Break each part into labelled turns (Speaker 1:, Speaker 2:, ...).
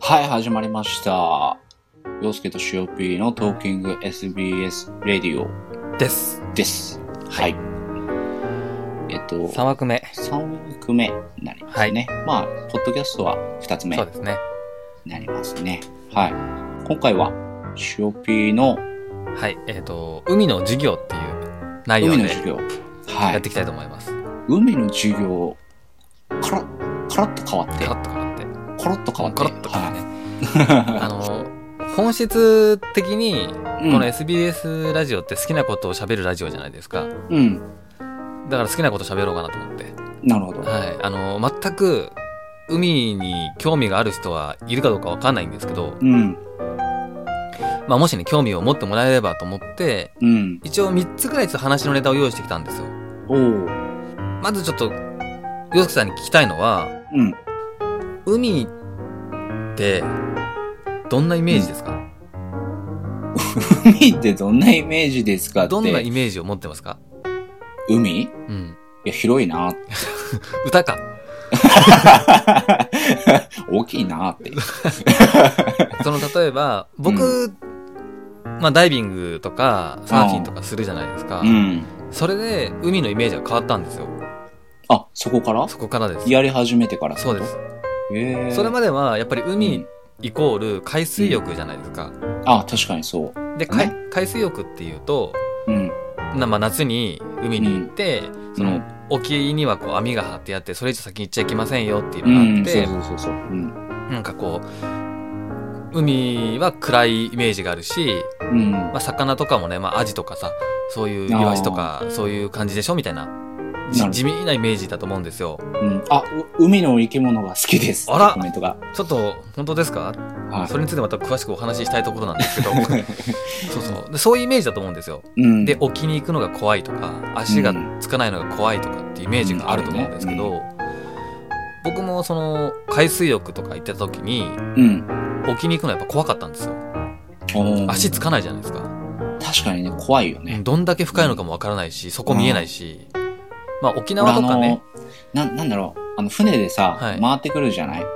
Speaker 1: はい、始まりました。洋介としおぴーのトーキング SBS レディオ
Speaker 2: です。
Speaker 1: です。はい。えっと、
Speaker 2: 3枠目。
Speaker 1: 3枠目になりますね。まあ、ポッドキャストは2つ目
Speaker 2: そう
Speaker 1: に
Speaker 2: ですね。
Speaker 1: なりますね。はい。今回は、しおぴーの
Speaker 2: はい。えっ、と、海の授業っていう内容
Speaker 1: 海の
Speaker 2: で
Speaker 1: 授業。は
Speaker 2: やっ
Speaker 1: い
Speaker 2: て。いきたいと思います。
Speaker 1: 海の授業、から、からっと変わって
Speaker 2: カ、ラッと変わって。
Speaker 1: コロッと変わって。
Speaker 2: カラッと変わってね。あ
Speaker 1: は
Speaker 2: の、本質的に、
Speaker 1: い。
Speaker 2: この SBS ラジオって好きなことを喋るラジオじゃないですか。
Speaker 1: うん。うん。
Speaker 2: だから好きなこと喋ろうかなと思って。
Speaker 1: なるほど。
Speaker 2: はい。あの、全く、海に興味がある人はいるかどうかわかんないんですけど、
Speaker 1: うん。
Speaker 2: まあ、もしね、興味を持ってもらえればと思って、
Speaker 1: うん。
Speaker 2: 一応3つくらいちょっと話のネタを用意してきたんですよ。
Speaker 1: おー。
Speaker 2: まずちょっと、洋介さんに聞きたいのは、
Speaker 1: うん。
Speaker 2: 海って、どんなイメージですか、
Speaker 1: 海ってどんなイメージですかって。
Speaker 2: どんなイメージを持ってますか
Speaker 1: 海い
Speaker 2: うん。
Speaker 1: や、広いなって。
Speaker 2: 歌か。
Speaker 1: 大きいなって。
Speaker 2: その、例えば、僕、
Speaker 1: う
Speaker 2: まあ、ダイビングとか、サーフィンとかするじゃないですか。
Speaker 1: うん。
Speaker 2: それで、海のイメージが変わったんですよ。
Speaker 1: あ、そこから
Speaker 2: そこからです。
Speaker 1: やり始めてから
Speaker 2: そうです。。
Speaker 1: へえ。
Speaker 2: それまでは、やっぱり
Speaker 1: う
Speaker 2: 海
Speaker 1: ん
Speaker 2: イコール海水浴じゃないですか。
Speaker 1: あ、確かにそう。
Speaker 2: で、海
Speaker 1: ね
Speaker 2: 海水浴っていうと、
Speaker 1: うん。
Speaker 2: なまあ、夏に海に行って、そうの
Speaker 1: ん
Speaker 2: 沖にはこう網が張ってあってそれ以上先に行っちゃいけませんよっていう
Speaker 1: う
Speaker 2: のがあっ
Speaker 1: ん。
Speaker 2: て、
Speaker 1: そうそうそうそう。うん。
Speaker 2: なんかこう海は暗いイメージがあるし、
Speaker 1: うん。
Speaker 2: まあ、魚とかもね、まあ、アジとかさそういうイワシとかそういう感じでしょみたいなじ
Speaker 1: なる
Speaker 2: 地味なイメージだと思うんですよ
Speaker 1: うんあ、う海の生き物が好きです。
Speaker 2: あら
Speaker 1: コメントが。
Speaker 2: ちょっと本当ですか
Speaker 1: は
Speaker 2: それについてまた詳しくお話ししたいところなんですけ どそうそうでそういうイメージだと思うんですよ
Speaker 1: い。うん。
Speaker 2: で、沖に行くのが怖いとか足がつかないのが怖いとかってイメージがあると思うんですけど、
Speaker 1: うん
Speaker 2: 僕もその海水浴とか行ってた時に
Speaker 1: うん。
Speaker 2: 沖に行くのはやっぱ怖かったんですよ
Speaker 1: おー
Speaker 2: 足つかないじゃないですか、
Speaker 1: 確かにね、怖いよね。
Speaker 2: どんだけ深いのかもわからないしそこ見えないし、まあ沖縄とかね
Speaker 1: 俺あの、な、なんだろう。あの、船でさ、
Speaker 2: はい
Speaker 1: 回ってくるじゃない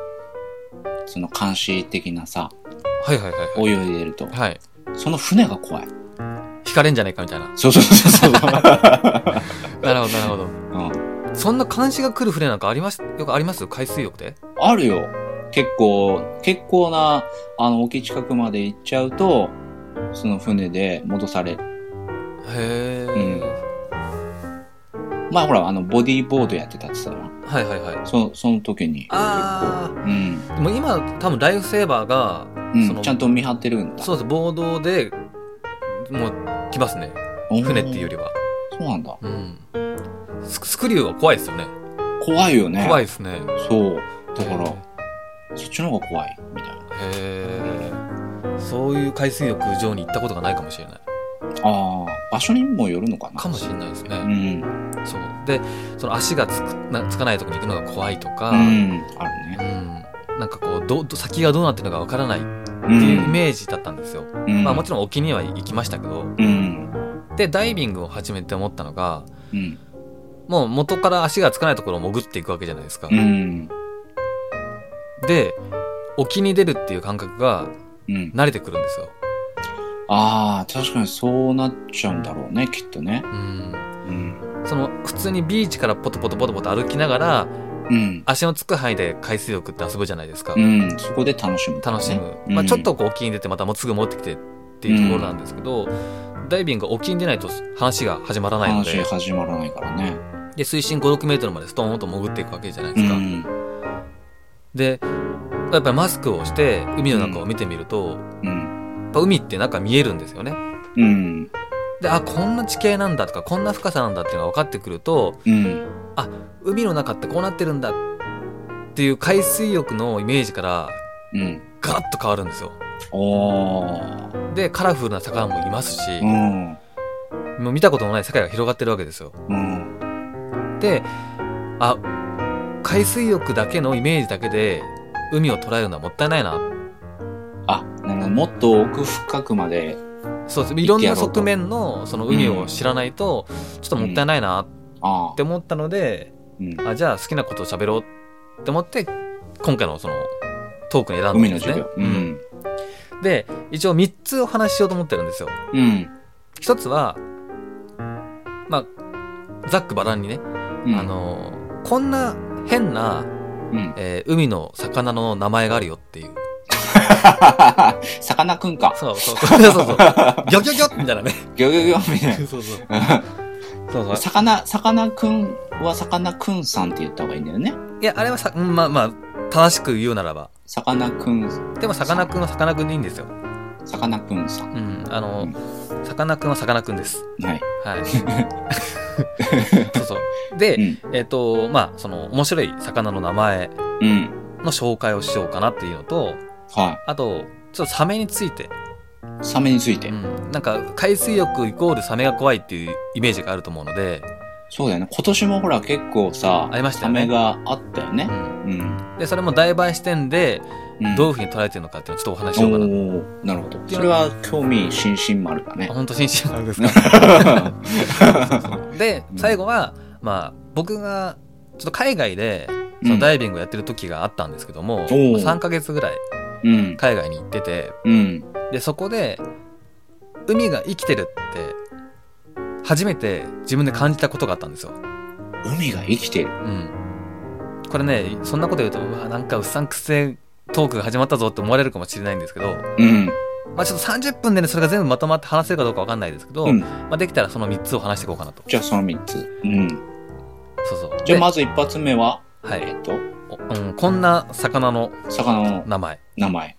Speaker 1: その監視的なさ、
Speaker 2: はいはいはいはい
Speaker 1: 泳いでると。
Speaker 2: はい
Speaker 1: その船が怖い。
Speaker 2: 引かれんじゃないかみたいな
Speaker 1: そうそうそうそう。
Speaker 2: なるほどなるほど
Speaker 1: うん。
Speaker 2: そんな監視が来る船なんかありますよくあります海水浴で
Speaker 1: あるよ。結構、結構な、あの、沖近くまで行っちゃうと、その船で戻される。
Speaker 2: へえ、
Speaker 1: まあほら、あの、ボディーボードやってたって言ってたな。
Speaker 2: はいはいはい
Speaker 1: そその時に。
Speaker 2: あ
Speaker 1: うん。
Speaker 2: あでも今多分ライフセーバーが
Speaker 1: うん
Speaker 2: その
Speaker 1: ちゃんと見張ってるんだ。
Speaker 2: そうです、暴動で、もう、来ますね。
Speaker 1: おー
Speaker 2: 船っていうよりは。
Speaker 1: そうなんだ。
Speaker 2: うん。ススクリューは怖いですよね。
Speaker 1: 怖いよね。
Speaker 2: 怖い
Speaker 1: い。
Speaker 2: ですね。
Speaker 1: そう。だから、
Speaker 2: へ
Speaker 1: そっちの方が怖い、みたいな。
Speaker 2: え。そういう海水浴場に行ったことがないかもしれない。
Speaker 1: ああ、場所にもよるのかな。
Speaker 2: かもしれないです
Speaker 1: う
Speaker 2: ね。
Speaker 1: ん。
Speaker 2: そう。で、その足がつくなつかないところに行くのが怖いとか、
Speaker 1: う
Speaker 2: うん。
Speaker 1: ん。あるね。
Speaker 2: なんかこうどう、ど先がどうなってるのかわからないって
Speaker 1: うん
Speaker 2: いうイメージだったんですよ。
Speaker 1: うん
Speaker 2: まあもちろん沖には行きましたけど。
Speaker 1: うん。
Speaker 2: で、ダイビングを始めて思ったのが、
Speaker 1: うん。
Speaker 2: もう元から足がつかないところを潜っていくわけじゃないですか。
Speaker 1: うん。
Speaker 2: で沖に出るっていう感覚が
Speaker 1: うん。
Speaker 2: 慣れてくるんですよ。
Speaker 1: ああ、確かにそうなっちゃうんだろうね、きっとね。
Speaker 2: うん、
Speaker 1: うん。
Speaker 2: その普通にビーチからポトポトポトポト歩きながら
Speaker 1: うん。
Speaker 2: 足のつく範囲で海水浴って遊ぶじゃないですか。
Speaker 1: うん。そこで楽しむ、
Speaker 2: 楽しむ。
Speaker 1: うん
Speaker 2: まあ、ちょっとこう沖に出てまたもうすぐ戻ってきてっていうところなんですけど、ダイビングが沖に出ないと話が始まらないの
Speaker 1: 話
Speaker 2: で
Speaker 1: 始まらないからね。
Speaker 2: で水深5 6メートルまでストーンと潜っていくわけじゃないうですか。
Speaker 1: ん。
Speaker 2: でやっぱりマスクをして海の中を見てみると、
Speaker 1: うん。
Speaker 2: やっぱ海って中見えるんですよね。
Speaker 1: うん。
Speaker 2: であこんな地形なんだとかこんな深さなんだっていうのが分かってくると
Speaker 1: うん。
Speaker 2: 海の中ってこうなってるんだっていう海水浴のイメージから
Speaker 1: うん。
Speaker 2: ガラッと変わるんですよ
Speaker 1: おー。
Speaker 2: でカラフルな魚もいますし、
Speaker 1: うん。
Speaker 2: もう見たことのない世界が広がってるわけですよ
Speaker 1: うん。
Speaker 2: であ海水浴だけのイメージだけで海を捉えるのはもったいないな
Speaker 1: あ、なるほど。もっと奥深くまで。
Speaker 2: そうです
Speaker 1: て
Speaker 2: い
Speaker 1: やろ
Speaker 2: ろ
Speaker 1: うんと
Speaker 2: な側面のその海を知らないとちょっともったいないなっ
Speaker 1: あ
Speaker 2: て思ったので、
Speaker 1: ーうん。
Speaker 2: あじゃあ好きなことを喋ろうって思って今回のそのトークに選んだん
Speaker 1: 海の
Speaker 2: です
Speaker 1: 授
Speaker 2: ね
Speaker 1: 業。。うん。
Speaker 2: で、一応3つお話ししようと思ってるんですよ。
Speaker 1: うん。
Speaker 2: 一つは、まあ、ざっくばらんにね、
Speaker 1: うん
Speaker 2: あ、の、こんな変な、
Speaker 1: うん。
Speaker 2: えー海の魚の名前があるよっていう。
Speaker 1: さかなクンか。
Speaker 2: そう そうそうそうそう。ギョギョギョみたいなね。
Speaker 1: ギョギョギョみたい
Speaker 2: そうそう。そう
Speaker 1: な。
Speaker 2: そう
Speaker 1: さかな、さかなクンはさかなクンさんって言った方がいいんだよね。
Speaker 2: いや、あれはさ、うんまあまあ、正しく言うならば。
Speaker 1: さかなクン、
Speaker 2: でも、さかなクンはさかなクンでいいんですよ。
Speaker 1: さかなクンさん。
Speaker 2: うん。あ
Speaker 1: う
Speaker 2: の、さかなクンはさかなクンです。
Speaker 1: はい。
Speaker 2: はい。そうそう。で、
Speaker 1: うん。
Speaker 2: えっ、と、まあ、その、面白い魚の名前
Speaker 1: うん。
Speaker 2: の紹介をしようかなっていうのと、
Speaker 1: は
Speaker 2: あと、ちょっとサメについて、
Speaker 1: い。サメについて
Speaker 2: う。ん、なんか、海水浴イコールサメが怖いっていうイメージがあると思うので、
Speaker 1: そうだよね。今年もほら結構さ、
Speaker 2: ありました
Speaker 1: サ
Speaker 2: よね
Speaker 1: メがあったよね
Speaker 2: う。ん、
Speaker 1: うん。
Speaker 2: で、それもダイバー視点で、
Speaker 1: ん
Speaker 2: どういうふうに捉えてるのかっていうのをちょっとお話しし
Speaker 1: お
Speaker 2: ようかな。
Speaker 1: ーなるほど。それは興味津々丸だね
Speaker 2: あ。本当に真摯なんです で
Speaker 1: う、ん
Speaker 2: 最後は、まあ、僕が、ちょっと海外で、
Speaker 1: うん
Speaker 2: そのダイビングをやってる時があったんですけども、
Speaker 1: ー
Speaker 2: 3ヶ月ぐらい
Speaker 1: うん。
Speaker 2: 海外に行ってて、
Speaker 1: うん。
Speaker 2: で、そこで、海が生きてるって、初めて自分で感じたことがあったんですよ。
Speaker 1: 海が生きてる。
Speaker 2: うん。これね、そんなこと言うと、うわ、なんかうっさんくせえトークが始まったぞって思われるかもしれないんですけど、
Speaker 1: うん。
Speaker 2: まあちょっと30分でね、それが全部まとまって話せるかどうかわかんないですけど、
Speaker 1: うん
Speaker 2: まあできたらその3つを話していこうかなと。
Speaker 1: じゃあその3つ。うん。
Speaker 2: そうそう。
Speaker 1: じゃあ
Speaker 2: で
Speaker 1: まず一発目は、
Speaker 2: は
Speaker 1: え
Speaker 2: い、
Speaker 1: っと、
Speaker 2: おうん。こんな魚の
Speaker 1: 魚の
Speaker 2: 名前。
Speaker 1: 名前。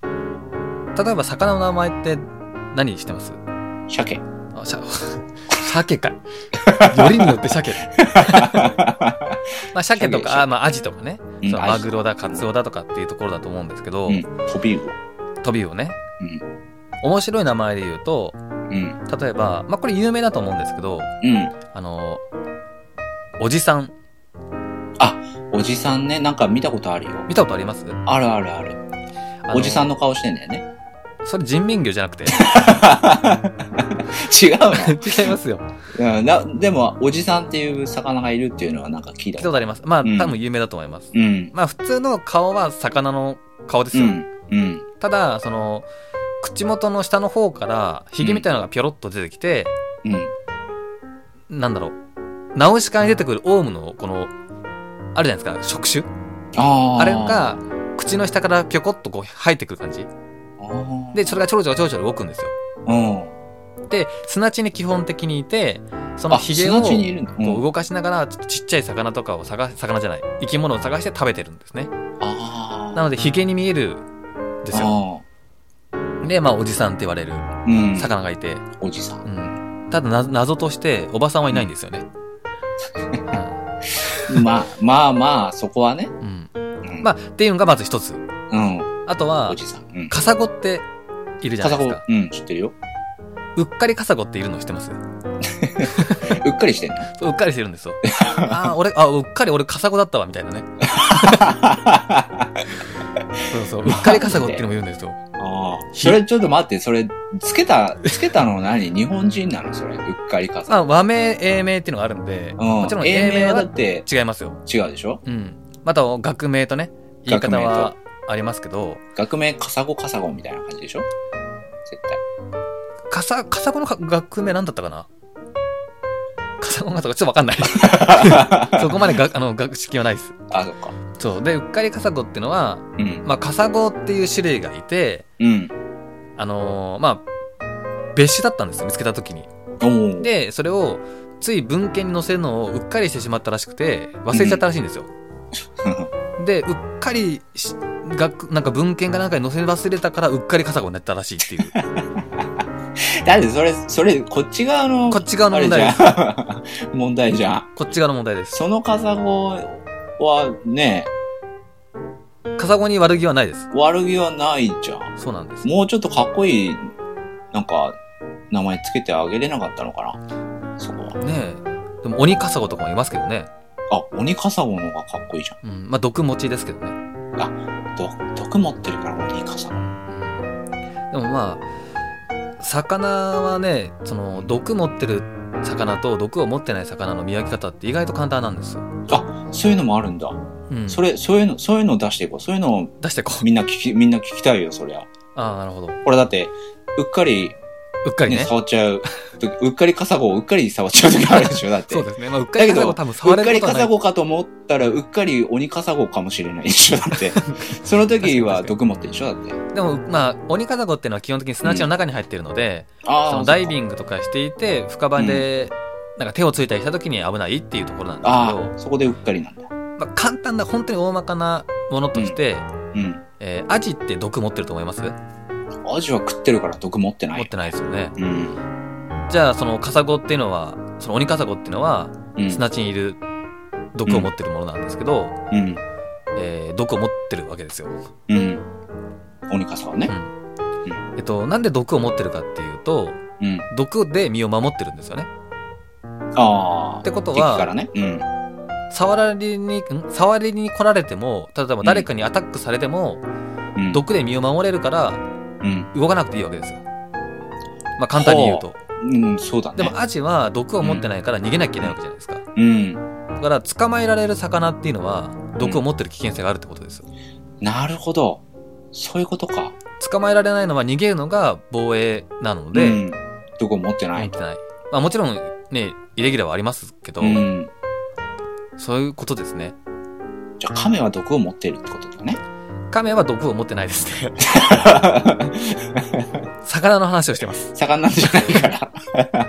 Speaker 2: 例えば魚の名前って何してます
Speaker 1: 鮭。
Speaker 2: あ、しゃ、鮭か。よりによっ て鮭。まあ鮭と
Speaker 1: 鮭
Speaker 2: か、あまあアジとかね。
Speaker 1: うん
Speaker 2: そう
Speaker 1: アジ
Speaker 2: マグロだ、カツオだとかっていうところだと思うんですけど、
Speaker 1: うん。トビウ
Speaker 2: トビウオね。
Speaker 1: うん
Speaker 2: 面白い名前で言うと、
Speaker 1: オ。うん。
Speaker 2: 例えば、まあこれ有名だと思うんですけど、
Speaker 1: うん。
Speaker 2: あの、おじさん、
Speaker 1: おじさんね、なんか見たことあるよ。
Speaker 2: 見たことあります
Speaker 1: あるあるある。おじさん
Speaker 2: の。
Speaker 1: の顔してんだよね。
Speaker 2: それ人民魚じゃなくて。
Speaker 1: 違うの
Speaker 2: 違いますよ。
Speaker 1: うん、なでも、おじさんっていう魚がいるっていうのはなんか聞い
Speaker 2: 聞い
Speaker 1: た
Speaker 2: た
Speaker 1: こ
Speaker 2: ことあります。まあ、
Speaker 1: うん
Speaker 2: 多分有名だと思います。
Speaker 1: と。うん。
Speaker 2: まあ、普通の顔は魚の顔です
Speaker 1: う
Speaker 2: よ。
Speaker 1: ん。うん。
Speaker 2: ただ、その、口元の下の方から、ヒゲみたいなのがぴょろっと出てきて、
Speaker 1: うん。
Speaker 2: なんだろう、ナウシカに出てくるオウムの、この、あるじゃないですか、触手
Speaker 1: あ
Speaker 2: あ
Speaker 1: あ。
Speaker 2: れが、口の下からぴょこっとこう生えてくる感じ。
Speaker 1: あー、
Speaker 2: で、それがちょろちょろちょろちょろ動くんですよ。
Speaker 1: うん。
Speaker 2: で、砂地に基本的にいて、その
Speaker 1: あ、
Speaker 2: ヒゲ
Speaker 1: 砂
Speaker 2: を、
Speaker 1: 地にいるんだ。
Speaker 2: こう
Speaker 1: うん
Speaker 2: 動かしながら、ちょっとちっちゃい魚とかを探、魚じゃない、生き物を探して食べてるんですね。
Speaker 1: あ
Speaker 2: なので、ヒゲに見えるんですよ。
Speaker 1: あ
Speaker 2: で、まあ、おじさんって言われる
Speaker 1: ー。うん。
Speaker 2: 魚がいて、
Speaker 1: おじさん。
Speaker 2: うん。ただ、な謎として、おばさんはいないんですよね。
Speaker 1: まあ、まあまあ、そこはね。
Speaker 2: うん。
Speaker 1: うん。
Speaker 2: まあ、っていうのがまず一つ。
Speaker 1: うん。
Speaker 2: あと
Speaker 1: お
Speaker 2: は
Speaker 1: じ、さん。うん。
Speaker 2: カサゴって、いるじゃ
Speaker 1: カ
Speaker 2: な
Speaker 1: サ
Speaker 2: いで
Speaker 1: ゴ
Speaker 2: すか。。
Speaker 1: うん、知ってるよ。
Speaker 2: うっかりカサゴっているの知ってます
Speaker 1: うっかりしてん の。
Speaker 2: そううっかりしてるんです よ。ああ、俺、あ、うっかり俺カサゴだったわ、みたいなね。
Speaker 1: あ
Speaker 2: そうそう。うっかりカサゴっていうのもいるんですよ。
Speaker 1: あ。それちょっと待って、それ、つけた、つけたの何日本人なのそれ。うっかりカサ
Speaker 2: まあ、和名、英名っていうのがあるんで、
Speaker 1: ゴ。うん。
Speaker 2: もちろん
Speaker 1: 英
Speaker 2: 英
Speaker 1: 名
Speaker 2: 名
Speaker 1: はだ
Speaker 2: は
Speaker 1: って
Speaker 2: 違いますよ。
Speaker 1: 違うでしょ
Speaker 2: うん。また、学名とね、言い方
Speaker 1: 学
Speaker 2: はありますけど、
Speaker 1: 学名カサゴカサゴみたいな感じでしょ絶対。
Speaker 2: カサ、カサゴのか学名なんだったかなカサゴがとかちょっとわか んない。そこまでが、あの、学識はないです。
Speaker 1: あ、そっか。
Speaker 2: そう。で、うっかりカサゴっていうのは、
Speaker 1: うん。
Speaker 2: まあ、カサゴっていう種類がいて、
Speaker 1: うん。
Speaker 2: あのーまあ、別種だったんですよ、見つけた時に。
Speaker 1: おー。
Speaker 2: で、それを、つい文献に載せるのをうっかりしてしまったらしくて、忘れちゃったらしいんですよ。で、うっかりし、学、なんか文献かなんかに載せ忘れたから、うっかりカサゴになったらしいっ ていう。
Speaker 1: だってそれ、それ、こっち側の、
Speaker 2: こっち側の問題です。
Speaker 1: あれじゃん。 問題じゃん。
Speaker 2: こっち側の問題です。
Speaker 1: そのカサゴはね、
Speaker 2: カサゴに悪気はないです。
Speaker 1: 悪気はないじゃん。
Speaker 2: そうなんです。
Speaker 1: もうちょっとかっこいい、なんか、名前つけてあげれなかったのかなそこは。
Speaker 2: ねえ。でも、鬼カサゴとかもいますけどね。
Speaker 1: あ、鬼カサゴの方がかっこいいじゃ
Speaker 2: うん。まあ、毒持ちですけどね。
Speaker 1: ん。ど毒持ってるから鬼カサゴ。
Speaker 2: でもまあ、魚はね、その、毒持ってる魚と毒を持ってない魚の見分け方って意外と簡単なんですよ。
Speaker 1: そういうのもあるんだ。
Speaker 2: うん、
Speaker 1: それ、そういうの、そういうのを出していこう。そういうのを
Speaker 2: 出してこう。
Speaker 1: みんな聞き、みんな聞きたいよ、そりゃ。
Speaker 2: ああ、なるほど。う
Speaker 1: これだって、うっかり、
Speaker 2: っかり
Speaker 1: ね、
Speaker 2: ね。
Speaker 1: 触っちゃう時。うっかりカサゴをうっかり触っちゃう時あるでしょ、だって。
Speaker 2: そう
Speaker 1: う
Speaker 2: ですね。まあ、うっかりカサゴ多分触
Speaker 1: っ
Speaker 2: れ
Speaker 1: か
Speaker 2: る
Speaker 1: り
Speaker 2: ことは
Speaker 1: カ
Speaker 2: ない
Speaker 1: サ。ゴかと思ったら、うっかり鬼カサゴかもしれないでしょ、だ って。その時は毒持ってるでしょ、だって。
Speaker 2: でも、まあ、鬼カサゴっていうのは基本的に砂地の中に入ってるので、そ
Speaker 1: あ
Speaker 2: の
Speaker 1: あ、
Speaker 2: ダイ
Speaker 1: ング。
Speaker 2: ビングとかしていて、深場で、なんか手をついたりした時に危ないっていうところなんですけど
Speaker 1: あ、あ、そこでうっかりなんだ。
Speaker 2: まあ、簡単な、本当に大まかなものとして、
Speaker 1: うん。
Speaker 2: えーアジって毒持ってると思います持
Speaker 1: アジは食ってるから毒持ってな
Speaker 2: っ
Speaker 1: い。
Speaker 2: てないですよね。
Speaker 1: うん。
Speaker 2: じゃあ、そのカサゴっていうのは、その鬼カサゴっていうのは、
Speaker 1: うん。
Speaker 2: 砂地にいる毒を持ってるものなんですけど、
Speaker 1: うん。
Speaker 2: えー毒を持ってるわけですよ。
Speaker 1: うん。鬼カサゴね。
Speaker 2: えっと、なんで毒を持ってるかっていうと、
Speaker 1: うん。
Speaker 2: 毒で身を守ってるんですよね。
Speaker 1: ああ。
Speaker 2: ってこと
Speaker 1: 敵か
Speaker 2: は、
Speaker 1: らね。うん。
Speaker 2: 触りに、ん触りに来られても、例えば誰かにアタックされても、
Speaker 1: うん。
Speaker 2: 毒で身を守れるから、
Speaker 1: うん。
Speaker 2: 動かなくていいわけですよ。まあ簡単に言うと。
Speaker 1: うん、そうだね。
Speaker 2: でもアジは毒を持ってないから逃げなきゃいけないわけじゃないですか。
Speaker 1: うん。
Speaker 2: だから捕まえられる魚っていうのは、毒を持ってる危険性があるってことですよ。
Speaker 1: なるほど。そういうことか。
Speaker 2: 捕まえられないのは逃げるのが防衛なので、
Speaker 1: うん、毒を持ってな
Speaker 2: 入っ
Speaker 1: い。
Speaker 2: てない。まあもちろんね、イレギュラーはありますけど、
Speaker 1: うん。
Speaker 2: そういうことですね。
Speaker 1: じゃあ、亀は毒を持ってるってこと だね。
Speaker 2: 亀は毒を持ってないですね。 魚の話をしてます。
Speaker 1: 魚なんじゃない から。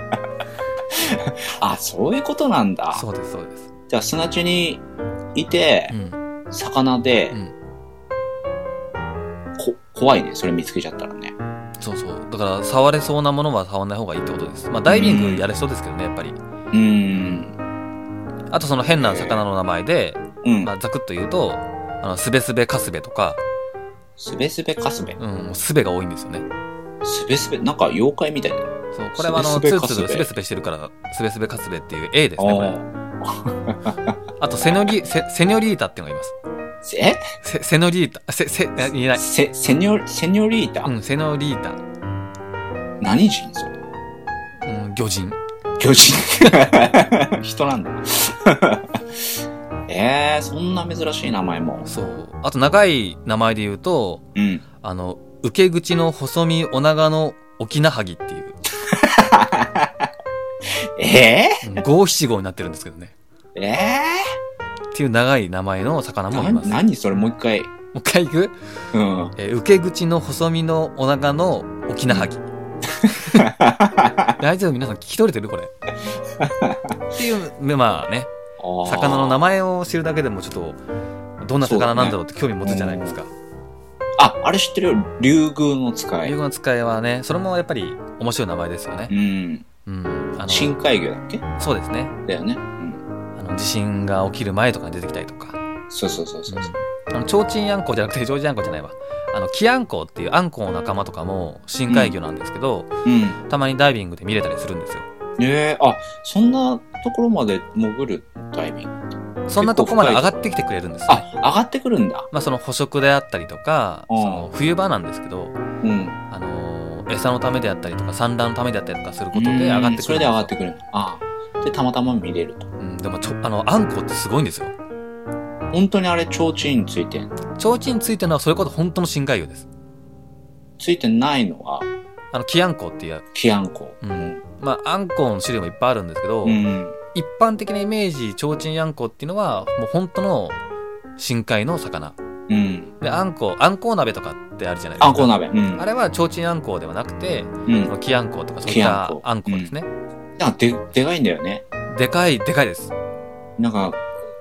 Speaker 1: あ、そういうことなんだ。
Speaker 2: そうです、そうです。
Speaker 1: じゃあ、砂地にいて
Speaker 2: う、ん。
Speaker 1: 魚で、
Speaker 2: うん
Speaker 1: こ、怖いね。それ見つけちゃったらね。
Speaker 2: そうそう。だから、触れそうなものは触らない方がいいってことです。まあ、ダイビングやれそうですけどね、やっぱり。
Speaker 1: うん。
Speaker 2: あと、その変な魚の名前で、
Speaker 1: うん
Speaker 2: ま。あ、ざくっと言うと、あの、すべすべかすべとか、
Speaker 1: すべすべかすべ。
Speaker 2: うん、もうすべが多いんですよね。
Speaker 1: すべすべ、なんか妖怪みたいだね。
Speaker 2: そう、これはあの、
Speaker 1: すべ
Speaker 2: ツ
Speaker 1: す
Speaker 2: ル
Speaker 1: べ
Speaker 2: ツル
Speaker 1: かすべ
Speaker 2: すべすべしてるから、すべすべかすべっていう A ですね、これ。
Speaker 1: あ
Speaker 2: あと、セニョリ、セ、セニョリータっていうのがいま
Speaker 1: ー
Speaker 2: す。
Speaker 1: え
Speaker 2: セ、セノリータ、セ、セ、あ言えない。
Speaker 1: セ、セニョ、セニョリータ、
Speaker 2: うん、セノリータ。
Speaker 1: 何人それ
Speaker 2: うん、魚人。
Speaker 1: 巨 人。人なんだ。 えー、そんな珍しい名前も。
Speaker 2: そう。あと、長い名前で言うと、
Speaker 1: うん。
Speaker 2: あの、受け口の細身お長の沖縄萩っていう、
Speaker 1: え
Speaker 2: うん五七五になってるんですけどね。
Speaker 1: ー、え
Speaker 2: っていう長い名前の魚
Speaker 1: ー、
Speaker 2: も
Speaker 1: ない
Speaker 2: ます。も
Speaker 1: 何それもう一回。
Speaker 2: う一回行く、
Speaker 1: うん。
Speaker 2: えー受け口の細身のお腹の沖縄萩。大丈夫皆さん聞き取れてるこれ。っていう、まあね、魚の名
Speaker 1: 前。
Speaker 2: 前を知るだけでもちょっと、どんな魚なんだろうって興味持つじゃないですか。
Speaker 1: あ、あれ知ってるよ。竜宮の使
Speaker 2: 竜
Speaker 1: い。
Speaker 2: 宮の使いはね、それもやっぱり面白い名前ですよね
Speaker 1: う。ん。
Speaker 2: うん。あの、
Speaker 1: 深海魚だっけ
Speaker 2: そうですね。
Speaker 1: だよね。うん。
Speaker 2: あの、地震が起きる前とかに出てきたりとか。
Speaker 1: そうそうそうそう。
Speaker 2: あの、ちょうちんあんこうじゃなくて、ちょうちんあんこうじゃないわ。あの、キアンコウっていうあんこうの仲間とかも深海魚なんですけど、
Speaker 1: うん。
Speaker 2: たまにダイビングで見れたりするんですよ。
Speaker 1: えー、あ、そんなところまで潜るタイミング。
Speaker 2: そんなとこまで上がってきてくれるんですよ、ね。
Speaker 1: あ、上がってくるんだ。
Speaker 2: まあ、その捕食であったりとか、
Speaker 1: うん
Speaker 2: その冬場なんですけど、
Speaker 1: うん。
Speaker 2: あのー餌のためであったりとか、産卵のためであったりとかすることで
Speaker 1: うん
Speaker 2: 上がってくるんですよ。
Speaker 1: それで上がってくるんだ。ああ。で、たまたま見れると。
Speaker 2: うん、でもちょ、あの、あんこうってすごいんですよ。
Speaker 1: 本当にあれ、提灯についてん
Speaker 2: ちょうちんついてるのはそれこそ本当の深海魚です。
Speaker 1: ついてないのが、
Speaker 2: あの、キアンコウっていう、
Speaker 1: キアンコ。
Speaker 2: うん。まあ、あんこうの種類もいっぱいあるんですけど、
Speaker 1: うん。
Speaker 2: 一般的なイメージ、ちょうちんあんこうっていうのは、もう本当の深海の魚。
Speaker 1: うん。
Speaker 2: で、あんこう、あんこう鍋とかってあるじゃないですか。
Speaker 1: あんこ鍋。うん
Speaker 2: あ。れはちょうちんあんこうではなくて、
Speaker 1: うん。
Speaker 2: そ
Speaker 1: だ
Speaker 2: のきあんこうとかそういっ
Speaker 1: きあん
Speaker 2: た
Speaker 1: こう
Speaker 2: あんこうですね。
Speaker 1: からで、でかいんだよね。
Speaker 2: でかい、でかいです。
Speaker 1: なんか、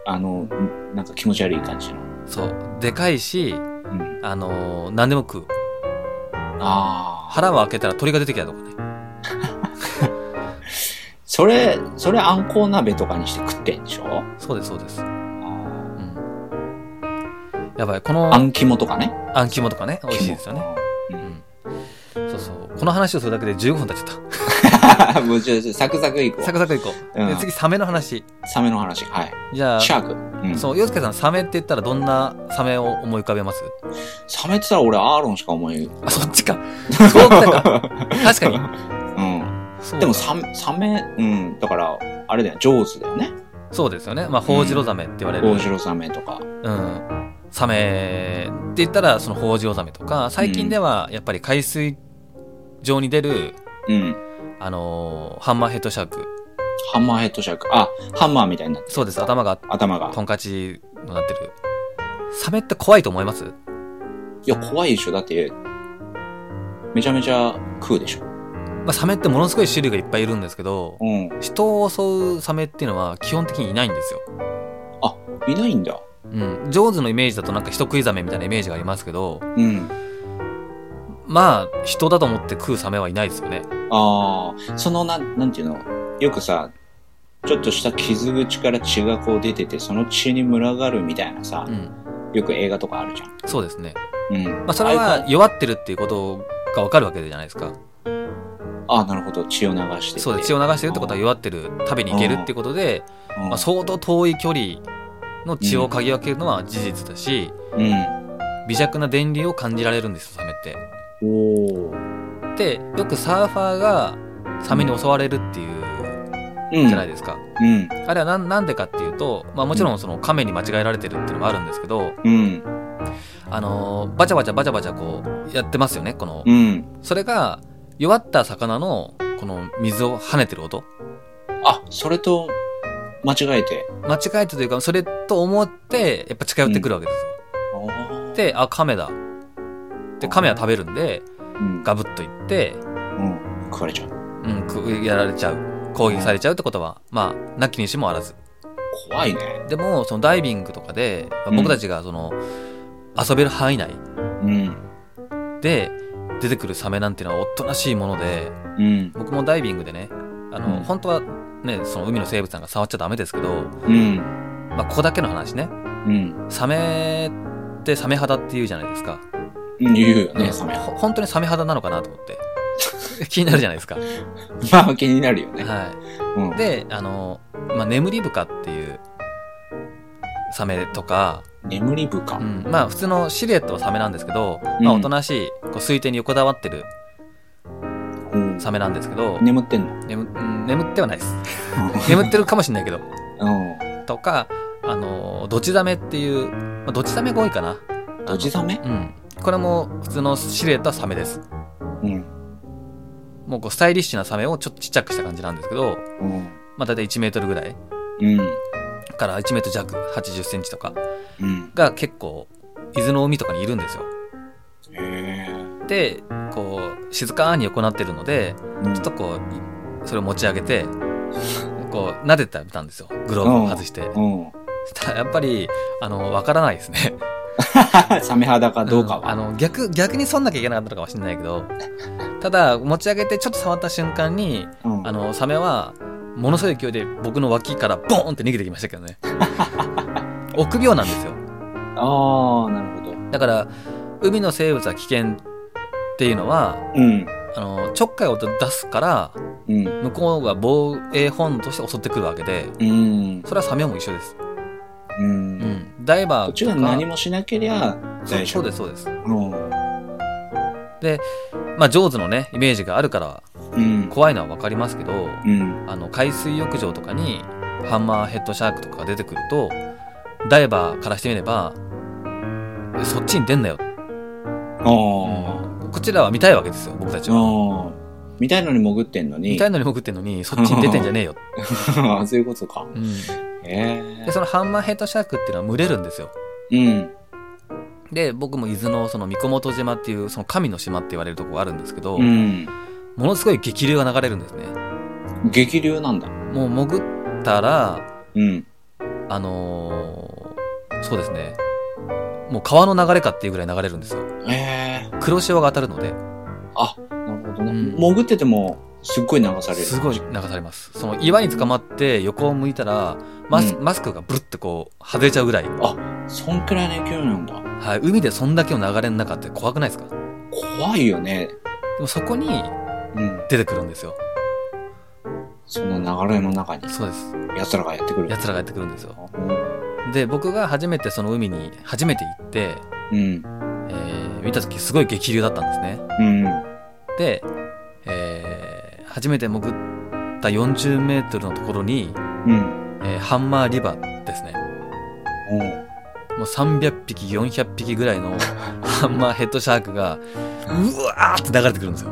Speaker 1: あの、なんか気持ち悪い感じの。
Speaker 2: そう。でかいし、
Speaker 1: うん。
Speaker 2: あのー何でも食う。
Speaker 1: ああ。
Speaker 2: 腹を開けたら鳥が出てきたとかね。
Speaker 1: それ、それあんこ鍋とかにして食ってんでしょ
Speaker 2: そうです、そうです。
Speaker 1: あ
Speaker 2: うんやばい、こ
Speaker 1: ああ
Speaker 2: の
Speaker 1: ん肝とかね。
Speaker 2: あん肝とかね、美味しいですよね。そうそう。この話をするだけで15分経っちゃっ
Speaker 1: 肝。 もうちょいちょいサクサクいこ
Speaker 2: た。
Speaker 1: う。
Speaker 2: サクサクいこう。
Speaker 1: うん
Speaker 2: で次、サメの話。
Speaker 1: サメの話。はい。
Speaker 2: じゃあ、
Speaker 1: シャーク。うん。
Speaker 2: そう、洋介さん、サメって言ったらどんなサメを思い浮かべます
Speaker 1: サメって言ったら俺、アーロンしか思い。
Speaker 2: あ、そっち か。そうだったか。確かに。
Speaker 1: うん。
Speaker 2: そう
Speaker 1: でもサメ、サメ、うん、だから、あれだよ、上手だよね。
Speaker 2: そうですよね。まあ、ホウジロザメって言われる。
Speaker 1: 大白ザメとか。
Speaker 2: うん。サメって言ったら、そのホウジロザメとか、最近では、やっぱり海水上に出る、
Speaker 1: うん。
Speaker 2: あのーハンマーヘッドシャーク。
Speaker 1: ハンマーヘッドシャーク。あ、ハンマーみたいになって
Speaker 2: そうです。頭が
Speaker 1: 頭が。
Speaker 2: トンカチのなってる。サメって怖いと思います
Speaker 1: いや、怖いでしょ。だって、めちゃめちゃ食うでしょ。
Speaker 2: まあ、サメってものすごい種類がいっぱいいるんですけど、
Speaker 1: うん。
Speaker 2: 人を襲うサメっていうのは基本的にいないんですよ。
Speaker 1: いないんだ。
Speaker 2: うん。ジョーズのイメージだとなんか人食いザメみたいなイメージがありますけど、
Speaker 1: うん。
Speaker 2: まあ、人だと思って食うサメはいないですよね。
Speaker 1: ああ、そのなん、なんていうのよくさ、ちょっとした傷口から血がこう出てて、その血に群がるみたいなさ
Speaker 2: う、ん。
Speaker 1: よく映画とかあるじゃん。
Speaker 2: そうですね。
Speaker 1: うん。
Speaker 2: まあ、それ
Speaker 1: ああいう
Speaker 2: は弱ってるっていうことがわかるわけじゃないですか。
Speaker 1: ああ、なるほど。血を流してて。
Speaker 2: そうです。血を流してるってことは弱ってる、食べに行けるってことで、
Speaker 1: うん。
Speaker 2: まあ、相当遠い距離の血を嗅ぎ分けるのは事実だし、
Speaker 1: うん。
Speaker 2: 微弱な電流を感じられるんですよ、サメって。
Speaker 1: おー
Speaker 2: で、よくサーファーがサメに襲われるっていう
Speaker 1: うん。
Speaker 2: じゃないですか。
Speaker 1: うん。
Speaker 2: あれはなんなんでかっていうと、まあもちろんその亀に間違えられてるっていうのもあるんですけど、
Speaker 1: うん。
Speaker 2: あのーバチャバチャバチャバチャこうやってますよね、この
Speaker 1: う。ん。
Speaker 2: それが弱った魚のこの水を跳ねてる音。
Speaker 1: あ、それと、間違えて。
Speaker 2: 間違えてというか、それと思ってやっぱ近寄ってくるわけですよ。
Speaker 1: おー
Speaker 2: で、あ、亀だ。で、亀は食べるんで、
Speaker 1: うん。
Speaker 2: ガブッといって、
Speaker 1: うん。食われちゃう。
Speaker 2: うん、くやられちゃう。攻撃されちゃうってことは、まあ、なきにしもあらず。
Speaker 1: 怖いね。
Speaker 2: でも、そのダイビングとかで、まあ
Speaker 1: うん
Speaker 2: 僕たちがその、遊べる範囲内
Speaker 1: うん。
Speaker 2: で出てくるサメなんてのはおとなしいもので、
Speaker 1: うん。
Speaker 2: 僕もダイビングでね、あの、
Speaker 1: うん
Speaker 2: 本当はね、その海の生物なんか触っちゃダメですけど、
Speaker 1: うん。
Speaker 2: まあ、ここだけの話ね、
Speaker 1: うん。
Speaker 2: サメってサメ肌って言うじゃないですか。
Speaker 1: うん言うよ
Speaker 2: う
Speaker 1: ね、
Speaker 2: ん
Speaker 1: サメ。
Speaker 2: ほ本当にサメ肌なのかなと思って。 気になるじゃないですか。は
Speaker 1: まあ、気になるよね。
Speaker 2: い。
Speaker 1: うん。
Speaker 2: で、あの、まあ、眠り深っていうサメとか、
Speaker 1: 眠り部か
Speaker 2: う。ん、まあ普通のシルエットはサメなんですけど、
Speaker 1: うん
Speaker 2: まあおとなしい、こう水底に横たわってる
Speaker 1: うん
Speaker 2: サメなんですけど、
Speaker 1: 眠ってんの
Speaker 2: 眠うん眠ってはないです。眠ってるかもしれないけど。
Speaker 1: うん。
Speaker 2: とか、あの、ドチザメっていう、まあ、ドチザメが多いかな。
Speaker 1: ドジザメ
Speaker 2: うん。これも普通のシルエットはサメです。
Speaker 1: うん。
Speaker 2: もうこうスタイリッシュなサメをちょっとちっちゃくした感じなんですけど、
Speaker 1: うん。
Speaker 2: まあ大体1メートルぐらい
Speaker 1: うん。
Speaker 2: から1メートル弱、80センチとか
Speaker 1: うん。
Speaker 2: が結構、伊豆の海とかにいるんですよ。
Speaker 1: へえ。
Speaker 2: で、こう、静かに横なってるので、
Speaker 1: うん
Speaker 2: ちょっとこう、それを持ち上げ て、こう、撫でてみたんですよ。グローブを外して。
Speaker 1: うん。
Speaker 2: そしたらやっぱり、あの、わからないですね。
Speaker 1: サメ肌かどうかは。
Speaker 2: んあの、逆、逆にそんなきゃいけなかったのかもしれないけど、ただ、持ち上げてちょっと触った瞬間に、
Speaker 1: うん
Speaker 2: あの、サメは、ものすごい勢いで僕の脇からボーンって逃げてきました けどね。臆病なんですよ。
Speaker 1: ああ、なるほど。
Speaker 2: だから、海の生物は危険っていうのは、
Speaker 1: うん。
Speaker 2: あの、ちょっかいを出すから、
Speaker 1: うん。
Speaker 2: 向こうが防衛本能として襲ってくるわけで、
Speaker 1: うん。
Speaker 2: それはサメも一緒です。
Speaker 1: う。
Speaker 2: うんん。ダイバ
Speaker 1: こ
Speaker 2: ー
Speaker 1: とっ
Speaker 2: か。
Speaker 1: ちが何もしなけりゃ
Speaker 2: そう
Speaker 1: 大丈
Speaker 2: そう
Speaker 1: 夫。
Speaker 2: です、そうです。
Speaker 1: う
Speaker 2: まあ、ジョーズのね、イメージがあるから、
Speaker 1: ん。
Speaker 2: 怖いのはわかりますけど、
Speaker 1: うん。
Speaker 2: あの、海水浴場とかに、ハンマーヘッドシャークとかが出てくると、ダイバーからしてみれば、えそっちに出んなよ。
Speaker 1: ああ。
Speaker 2: こちらは見たいわけですよ、僕たちは。
Speaker 1: ああ。みたいのに潜ってんの
Speaker 2: 見
Speaker 1: に
Speaker 2: た。いのに潜ってん のに、そっちに出てんじゃねえよ。
Speaker 1: そういうことか。
Speaker 2: うん。
Speaker 1: へえ
Speaker 2: で、。そのハンマーヘッドシャークっていうのは群れるんですよ。
Speaker 1: うん。
Speaker 2: で、僕も伊豆のその三雲本島っていう、その神の島って言われるとこがあるんですけど、
Speaker 1: うん。
Speaker 2: ものすごい激流が流れるんですね。
Speaker 1: 激流なんだ。
Speaker 2: もう潜ったら、
Speaker 1: うん。
Speaker 2: あのーそうですね。もう川の流れかっていうぐらい流れるんですよ。
Speaker 1: へえ。
Speaker 2: 黒潮が当たるの
Speaker 1: な
Speaker 2: で、
Speaker 1: るほど
Speaker 2: うん
Speaker 1: ね。潜ってても、すっごい流される。
Speaker 2: すごい流されます。その岩に捕まって横を向いたら、マス,、
Speaker 1: うん
Speaker 2: マスクがブルってこう外れちゃうぐらい。
Speaker 1: そんくらいの勢いなんだ。
Speaker 2: はい。海でそんだけの流れの中って怖くないですかで
Speaker 1: 怖いよね。
Speaker 2: もそこに
Speaker 1: うん。
Speaker 2: 出てくるんですよ。
Speaker 1: その流れの中に、
Speaker 2: そうです。
Speaker 1: 奴らがやってくる。
Speaker 2: 奴らがやってくるんですよ。
Speaker 1: うん
Speaker 2: で、僕が初めてその海に初めて行って、
Speaker 1: うん。
Speaker 2: えー見た時すごい激流だったんですね。
Speaker 1: うん。
Speaker 2: で、えー初めて潜った40メートルのところに、
Speaker 1: うん。
Speaker 2: えーハンマーリバーですね。
Speaker 1: おう
Speaker 2: もう300匹、400匹ぐら いのハンマーヘッドシャークが、うわーって流れてくるんですよ。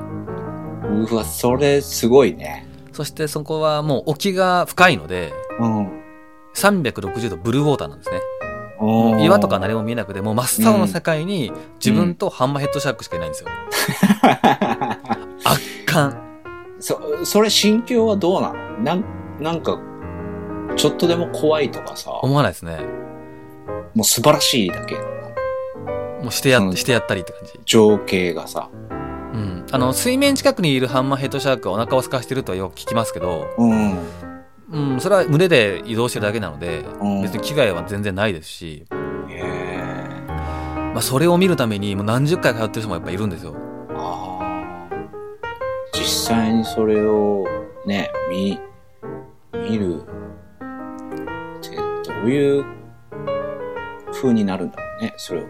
Speaker 1: うわ、それすごいね。
Speaker 2: そしてそこはもう沖が深いので、
Speaker 1: うん。
Speaker 2: 360度ブルーウォーターなんですね。
Speaker 1: お
Speaker 2: も
Speaker 1: う
Speaker 2: う岩とか何も見えなくて、もう真っ青の世界に自分とハンマーヘッドシャークしかいないんですよ。圧巻。
Speaker 1: そ、それ心境はどうなのなん、なんか、ちょっとでも怖いとかさ、も
Speaker 2: 思わないですね。
Speaker 1: う素晴らしいだけ。
Speaker 2: もうしてや
Speaker 1: そ
Speaker 2: っ
Speaker 1: の
Speaker 2: してやったりって感じ。
Speaker 1: 情景がさ。
Speaker 2: うん。あの、水面近くにいるハンマーヘッドシャークはお腹を空かしてるとはよく聞きますけど、
Speaker 1: うん。
Speaker 2: うん、それは群れで移動してるだけなので、
Speaker 1: うん
Speaker 2: 別に危害は全然ないですし、
Speaker 1: へえ。
Speaker 2: まあ、それを見るためにもう何十回通ってる人もやっぱいるんですよ。
Speaker 1: ああ。実際にそれをね、見、見るってどういう風になるんだろうね、それを。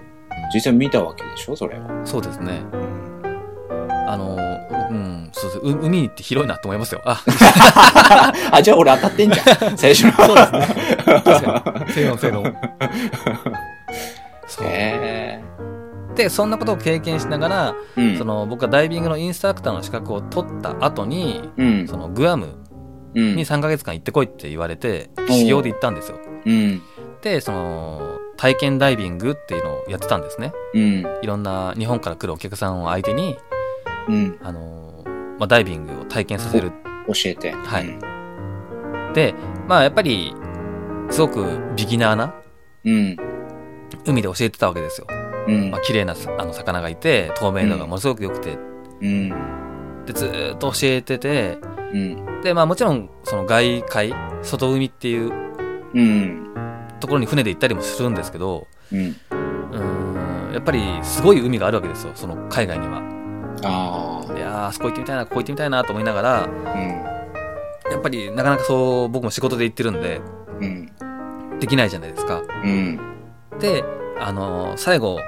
Speaker 1: 実際見たわけでしょ、それは。
Speaker 2: そうですね。
Speaker 1: うん
Speaker 2: あの、うん、そうです。う海って広いなと思いますよ。 あ、
Speaker 1: あ、じゃあ俺当たってんじ ゃん、最初の。
Speaker 2: そうですね。確かに。せーのせー の。そう。
Speaker 1: へえ。
Speaker 2: で、そんなことを経験しながら、
Speaker 1: うん
Speaker 2: その僕がダイビングのインストラクターの資格を取った後に、
Speaker 1: うん。
Speaker 2: そのグアム
Speaker 1: うん
Speaker 2: に3ヶ月間行ってこいって言われて、
Speaker 1: ん
Speaker 2: 修行で行ったんですよ。
Speaker 1: うん。
Speaker 2: で、その、体験ダイビングっていうのをやってたんですね。
Speaker 1: うん。
Speaker 2: いろんな日本から来るお客さんを相手に、
Speaker 1: うん。
Speaker 2: あのーまあ、ダイビングを体験させる。
Speaker 1: 教えて。
Speaker 2: はい
Speaker 1: うん
Speaker 2: で、まあ、やっぱり、すごくビギナーな
Speaker 1: うん。
Speaker 2: 海で教えてたわけですよ。
Speaker 1: うん
Speaker 2: まあ、。綺麗なさあの魚がいて、透明度がものすごく良くて、
Speaker 1: うん。
Speaker 2: で、ずーっと教えてて、
Speaker 1: うん。
Speaker 2: で、まあ、もちろん、その外海、外海っていう
Speaker 1: うん。
Speaker 2: ところに船で行ったりもするんですけど、
Speaker 1: うん。
Speaker 2: うーん、やっぱりすごい海があるわけですよ、その海外には。
Speaker 1: あ
Speaker 2: いやー、あそこ行ってみたいな、ここ行ってみたいなと思いながら、
Speaker 1: あ。
Speaker 2: やっぱりなかなかそう、僕も仕事で行ってるんで、
Speaker 1: うん。うん。
Speaker 2: できないじゃないですか。
Speaker 1: うん。
Speaker 2: で、あのー最後、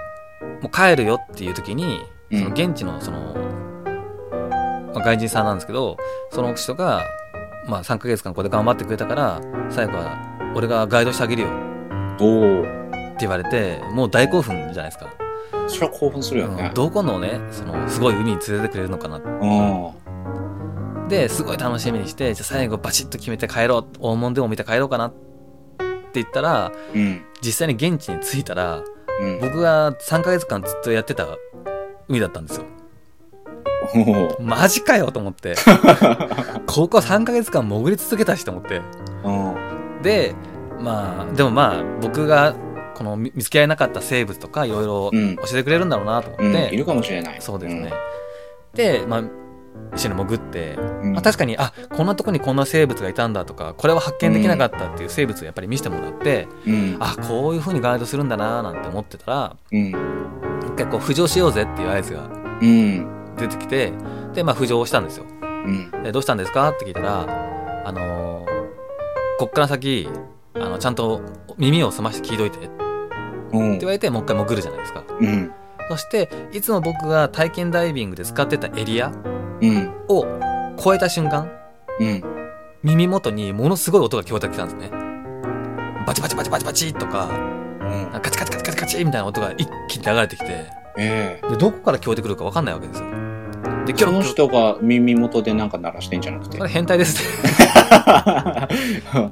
Speaker 2: もう帰るよっていう時に、
Speaker 1: うん
Speaker 2: その現地の、その、まあ外人さんなんですけど、その人が、まあ3ヶ月間ここで頑張ってくれたから、最後は、俺がガイドしてあげるよ
Speaker 1: おお。
Speaker 2: って言われて、もう大興奮じゃないですか。
Speaker 1: それは興奮するよ
Speaker 2: う
Speaker 1: ね
Speaker 2: ん。どこのね、その、すごい海に連れてくれるのかな
Speaker 1: うん。
Speaker 2: で、すごい楽しみにして、じゃあ最後バチッと決めて帰ろう、大門でも見て帰ろうかなって言ったら、
Speaker 1: うん。
Speaker 2: 実際に現地に着いたら、
Speaker 1: うん。
Speaker 2: 僕が3ヶ月間ずっとやってた海だったんですよ。
Speaker 1: おお。
Speaker 2: マジかよと 思って。ここ3ヶ月間潜り続けたしと思って。
Speaker 1: うん。
Speaker 2: で、まあ、でもまあ、僕がこの見見つけられなかった生物とかいろ
Speaker 1: う
Speaker 2: い
Speaker 1: ん
Speaker 2: ろ教えてくれるんだろうなと思っ
Speaker 1: うん。い
Speaker 2: て。
Speaker 1: るかもしれない。
Speaker 2: そうですね。で、まあ、一緒に潜って、
Speaker 1: うん。うん
Speaker 2: まあ、確かに、あ、こんなとこにこんな生物がいたんだとか、これは発見できなかったっていう生物をやっぱり見せてもらって、
Speaker 1: うん。
Speaker 2: あ、こういう風にガイドするんだなーなんて思ってたら、
Speaker 1: うん。
Speaker 2: 一回こう浮上しようぜっていう合図が
Speaker 1: うん。
Speaker 2: 出てきて、で、まあ浮上したんですよ。
Speaker 1: うん。
Speaker 2: でどうしたんですかって聞いたら、あのーこっから先、あの、ちゃんと耳を澄まして聞いといてって
Speaker 1: うん
Speaker 2: 言われて、もう一回潜るじゃないですか。
Speaker 1: うん。
Speaker 2: そして、いつも僕が体験ダイビングで使ってたエリア
Speaker 1: うん。
Speaker 2: を超えた瞬間、
Speaker 1: うん。
Speaker 2: 耳元にものすごい音が聞こえてきたんですね。バチバチバチバチバチとか、
Speaker 1: うん。
Speaker 2: カチカチカチカチカチみたいな音が一気に流れてきて、
Speaker 1: ええ。
Speaker 2: で、どこから聞こえてくるかわかんないわけですよ。で、キョ
Speaker 1: そ
Speaker 2: ロ
Speaker 1: の
Speaker 2: キョ
Speaker 1: 人
Speaker 2: ロ。
Speaker 1: が耳元でなんか鳴らしてんじゃなくて
Speaker 2: そ。れ変態ですね。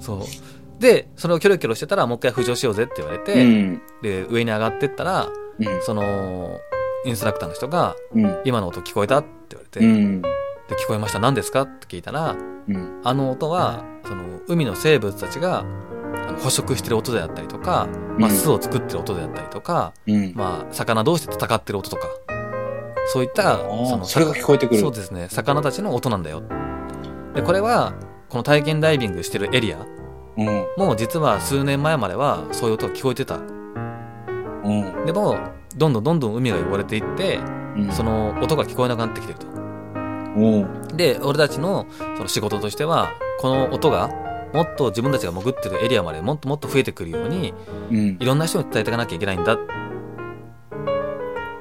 Speaker 2: そう。で、それをキョロキョロしてたら、もう一回浮上しようぜって言われ
Speaker 1: う
Speaker 2: て、
Speaker 1: ん。
Speaker 2: で、上に上がってったら、
Speaker 1: うん。
Speaker 2: その、インストラクターの人が、
Speaker 1: うん。
Speaker 2: 今の音聞こえたって言われて、
Speaker 1: う
Speaker 2: で、
Speaker 1: ん。
Speaker 2: 聞こえました。何ですかって聞いたら、
Speaker 1: うん。
Speaker 2: あの音は、その、海の生物たちが、あの捕食してる音であったりとか、まあ、
Speaker 1: うん
Speaker 2: 巣を作ってる音であったりとか、
Speaker 1: うん。
Speaker 2: まあ、魚同士で戦ってる音とか、そういった、
Speaker 1: ー
Speaker 2: の
Speaker 1: それが聞こえてくる
Speaker 2: そうですね。魚たちの音なんだよ。で、これは、この体験ダイビングしてるエリア
Speaker 1: うん。
Speaker 2: もう実は数年前まではそういう音が聞こえてた。
Speaker 1: うん。
Speaker 2: でも、どんどんどんどん海が汚れていって、
Speaker 1: うん
Speaker 2: その音が聞こえなくなってきてると。
Speaker 1: うん。
Speaker 2: で、俺たちのその仕事としては、この音が、もっと自分たちが潜ってるエリアまでもっともっと増えてくるように、
Speaker 1: うん
Speaker 2: い。ろんな人に伝えていかなきゃいけないんだ。って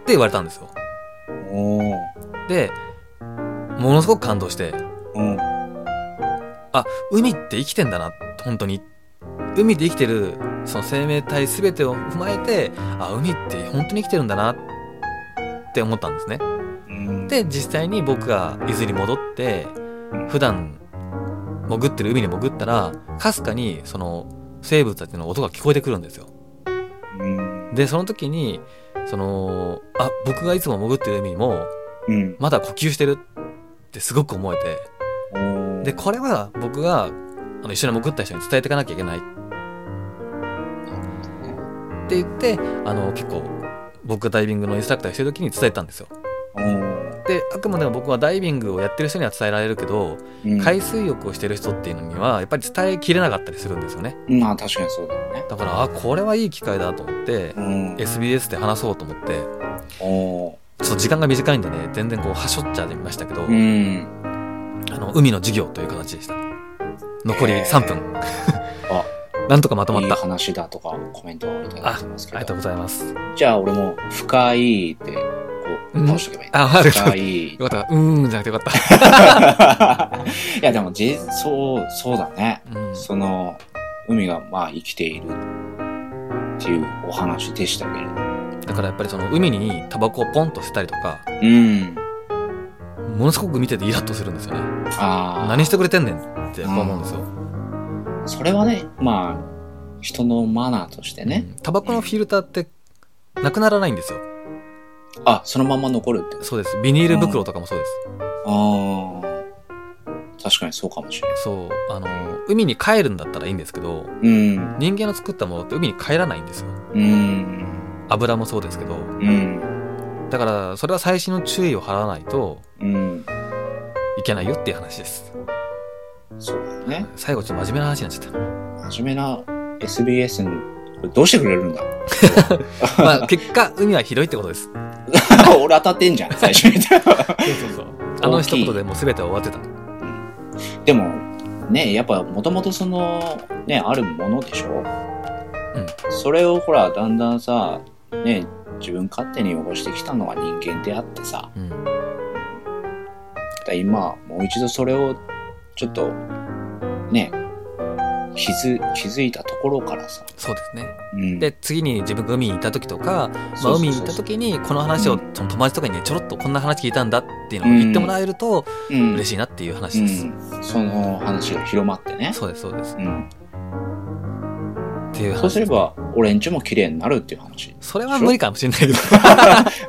Speaker 2: 言われたんですよ。
Speaker 1: おー
Speaker 2: で、ものすごく感動して、
Speaker 1: うん。
Speaker 2: あ、海って生きてんだな、本当にっ海で生きてるその生命体全てを踏まえてあ海って本当に生きてるんだなって思ったんですね。
Speaker 1: うん
Speaker 2: で実際に僕が伊豆に戻って普段潜ってる海に潜ったらかすかにその生物たちの音が聞こえてくるんですよ。
Speaker 1: うん
Speaker 2: でその時にそのあ僕がいつも潜ってる海も
Speaker 1: うん
Speaker 2: まだ呼吸してるってすごく思えて
Speaker 1: おー
Speaker 2: でこれは僕があの一緒に潜った人に伝えていかなきゃいけないって言ってあの結構僕がダイビングのインストラクターをしてる時に伝えたんですよ
Speaker 1: おー
Speaker 2: であくまでも僕はダイビングをやってる人には伝えられるけど
Speaker 1: うん
Speaker 2: 海水浴をしてる人っていうのにはやっぱり伝えきれなかったりするんですよね
Speaker 1: まあ確かにそうだよね
Speaker 2: だからあこれはいい機会だと思って
Speaker 1: うん
Speaker 2: SBS で話そうと思って
Speaker 1: おー
Speaker 2: ちょっと時間が短いんでね全然こうはしょっちゃいましたけど、
Speaker 1: うん
Speaker 2: あの海の授業という形でした残り
Speaker 1: へー
Speaker 2: 3分、
Speaker 1: あ
Speaker 2: なんとかまとまっ
Speaker 1: いい
Speaker 2: た
Speaker 1: 話だとかコメントをいただいてますけ
Speaker 2: ありがと
Speaker 1: ど
Speaker 2: うございます。
Speaker 1: じゃあ俺も深いってこう直しておけばいい、
Speaker 2: あ、ありがとうござ
Speaker 1: 深
Speaker 2: い
Speaker 1: い
Speaker 2: ます。よかった。うーんじゃなくてよかっ
Speaker 1: いやでもじそうそうだね、
Speaker 2: た。うん。
Speaker 1: その海がまあ生きているっていうお話でしたけれど
Speaker 2: だからやっぱりその海にタバコをポンと捨てたりとか、
Speaker 1: うん
Speaker 2: ものすごく見ててイラッとするんですよね。
Speaker 1: あ
Speaker 2: 何してくれてんねんってやっぱ思うんですよ。
Speaker 1: あそれはねまあ人のマナーとしてね、
Speaker 2: うん。タバコのフィルターってなくならないんですよ。
Speaker 1: あそのまま残るって
Speaker 2: そうです。ビニール袋とかもそうです。
Speaker 1: ああ確かにそうかもしれない
Speaker 2: そう。あの、海に帰るんだったらいいんですけど、
Speaker 1: うん
Speaker 2: 人間の作ったものって海に帰らないんですよ。
Speaker 1: うん
Speaker 2: 油もそうですけど。
Speaker 1: うん
Speaker 2: だから、それは細心の注意を払わないと
Speaker 1: うん
Speaker 2: いけないよっていう話です。
Speaker 1: そうだよね
Speaker 2: 最後ちょっと真面目な話になっちゃった。
Speaker 1: 真面目な SBS にこれどうしてくれるんだ
Speaker 2: まあ、結果、海は広いってことです。
Speaker 1: 俺当たってんじゃん最初に
Speaker 2: そうそうそう。 あの一言でもう全て終わってた。
Speaker 1: でもねやっぱもともとそのねあるものでしょ、
Speaker 2: うん
Speaker 1: それをほらだんだんさね自分勝手に汚してきたのが人間であってさ
Speaker 2: うん。
Speaker 1: だから今もう一度それをちょっとね気づ気づいたところからさ、
Speaker 2: そうですね。
Speaker 1: うん、
Speaker 2: で、次に自分が海に行った時とか、ま
Speaker 1: そ
Speaker 2: あ、
Speaker 1: うそうそう
Speaker 2: 海に行った時に、この話をその友達とかにね、ちょろっとこんな話聞いたんだっていうのを言ってもらえると、
Speaker 1: うん
Speaker 2: 嬉しいなっていう話です。
Speaker 1: うん、その話が広まってね
Speaker 2: そうです、そうです。
Speaker 1: うん、
Speaker 2: っていう話。
Speaker 1: そうすれ。ば俺んちも綺麗になるっていう話い
Speaker 2: それは無理かもしれないけど、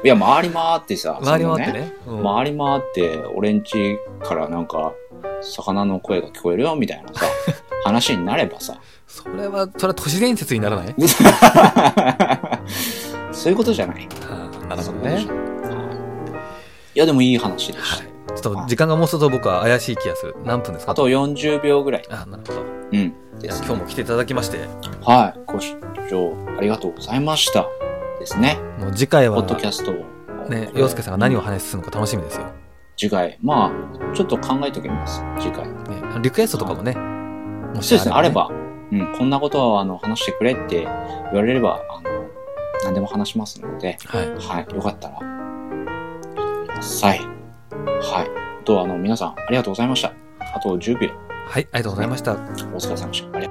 Speaker 1: や回り回ってさ
Speaker 2: 周りもあっ
Speaker 1: その
Speaker 2: てね。うん
Speaker 1: 回り回って俺ん家からなんか魚の声が聞こえるよみたい なさ話になればさ
Speaker 2: それは、それは都市伝説にならない
Speaker 1: そういうことじゃない
Speaker 2: ああなるほどね。
Speaker 1: はいいやでもいい話でした、
Speaker 2: ちょっと時間がもうちょっと僕は怪しい気がする。何分ですか
Speaker 1: あと40秒ぐらい、
Speaker 2: あ、なるほど。
Speaker 1: うん、
Speaker 2: じ
Speaker 1: で
Speaker 2: ゃあ
Speaker 1: す
Speaker 2: 今日も来ていただきまして、
Speaker 1: はいご視聴ありがとうございましたですね
Speaker 2: もう次回
Speaker 1: ポ
Speaker 2: は
Speaker 1: ッ、ドキャストを
Speaker 2: ね、洋介さんが何を
Speaker 1: うん
Speaker 2: 話すのか楽しみですよ。
Speaker 1: 次回まあちょっと考えておきます次回
Speaker 2: ね、リクエストとかもね、も
Speaker 1: そうですね、あれ
Speaker 2: ね。
Speaker 1: ば、うん、こんなことをあの話してくれって言われれば、あの、何でも話しますので、
Speaker 2: はい。
Speaker 1: はい、よかったら、ください。はい。あと、あの、皆さん、ありがとうございました。あと10秒、
Speaker 2: はい、ありがとうございました。
Speaker 1: お疲れ様でした。ありがとうございました。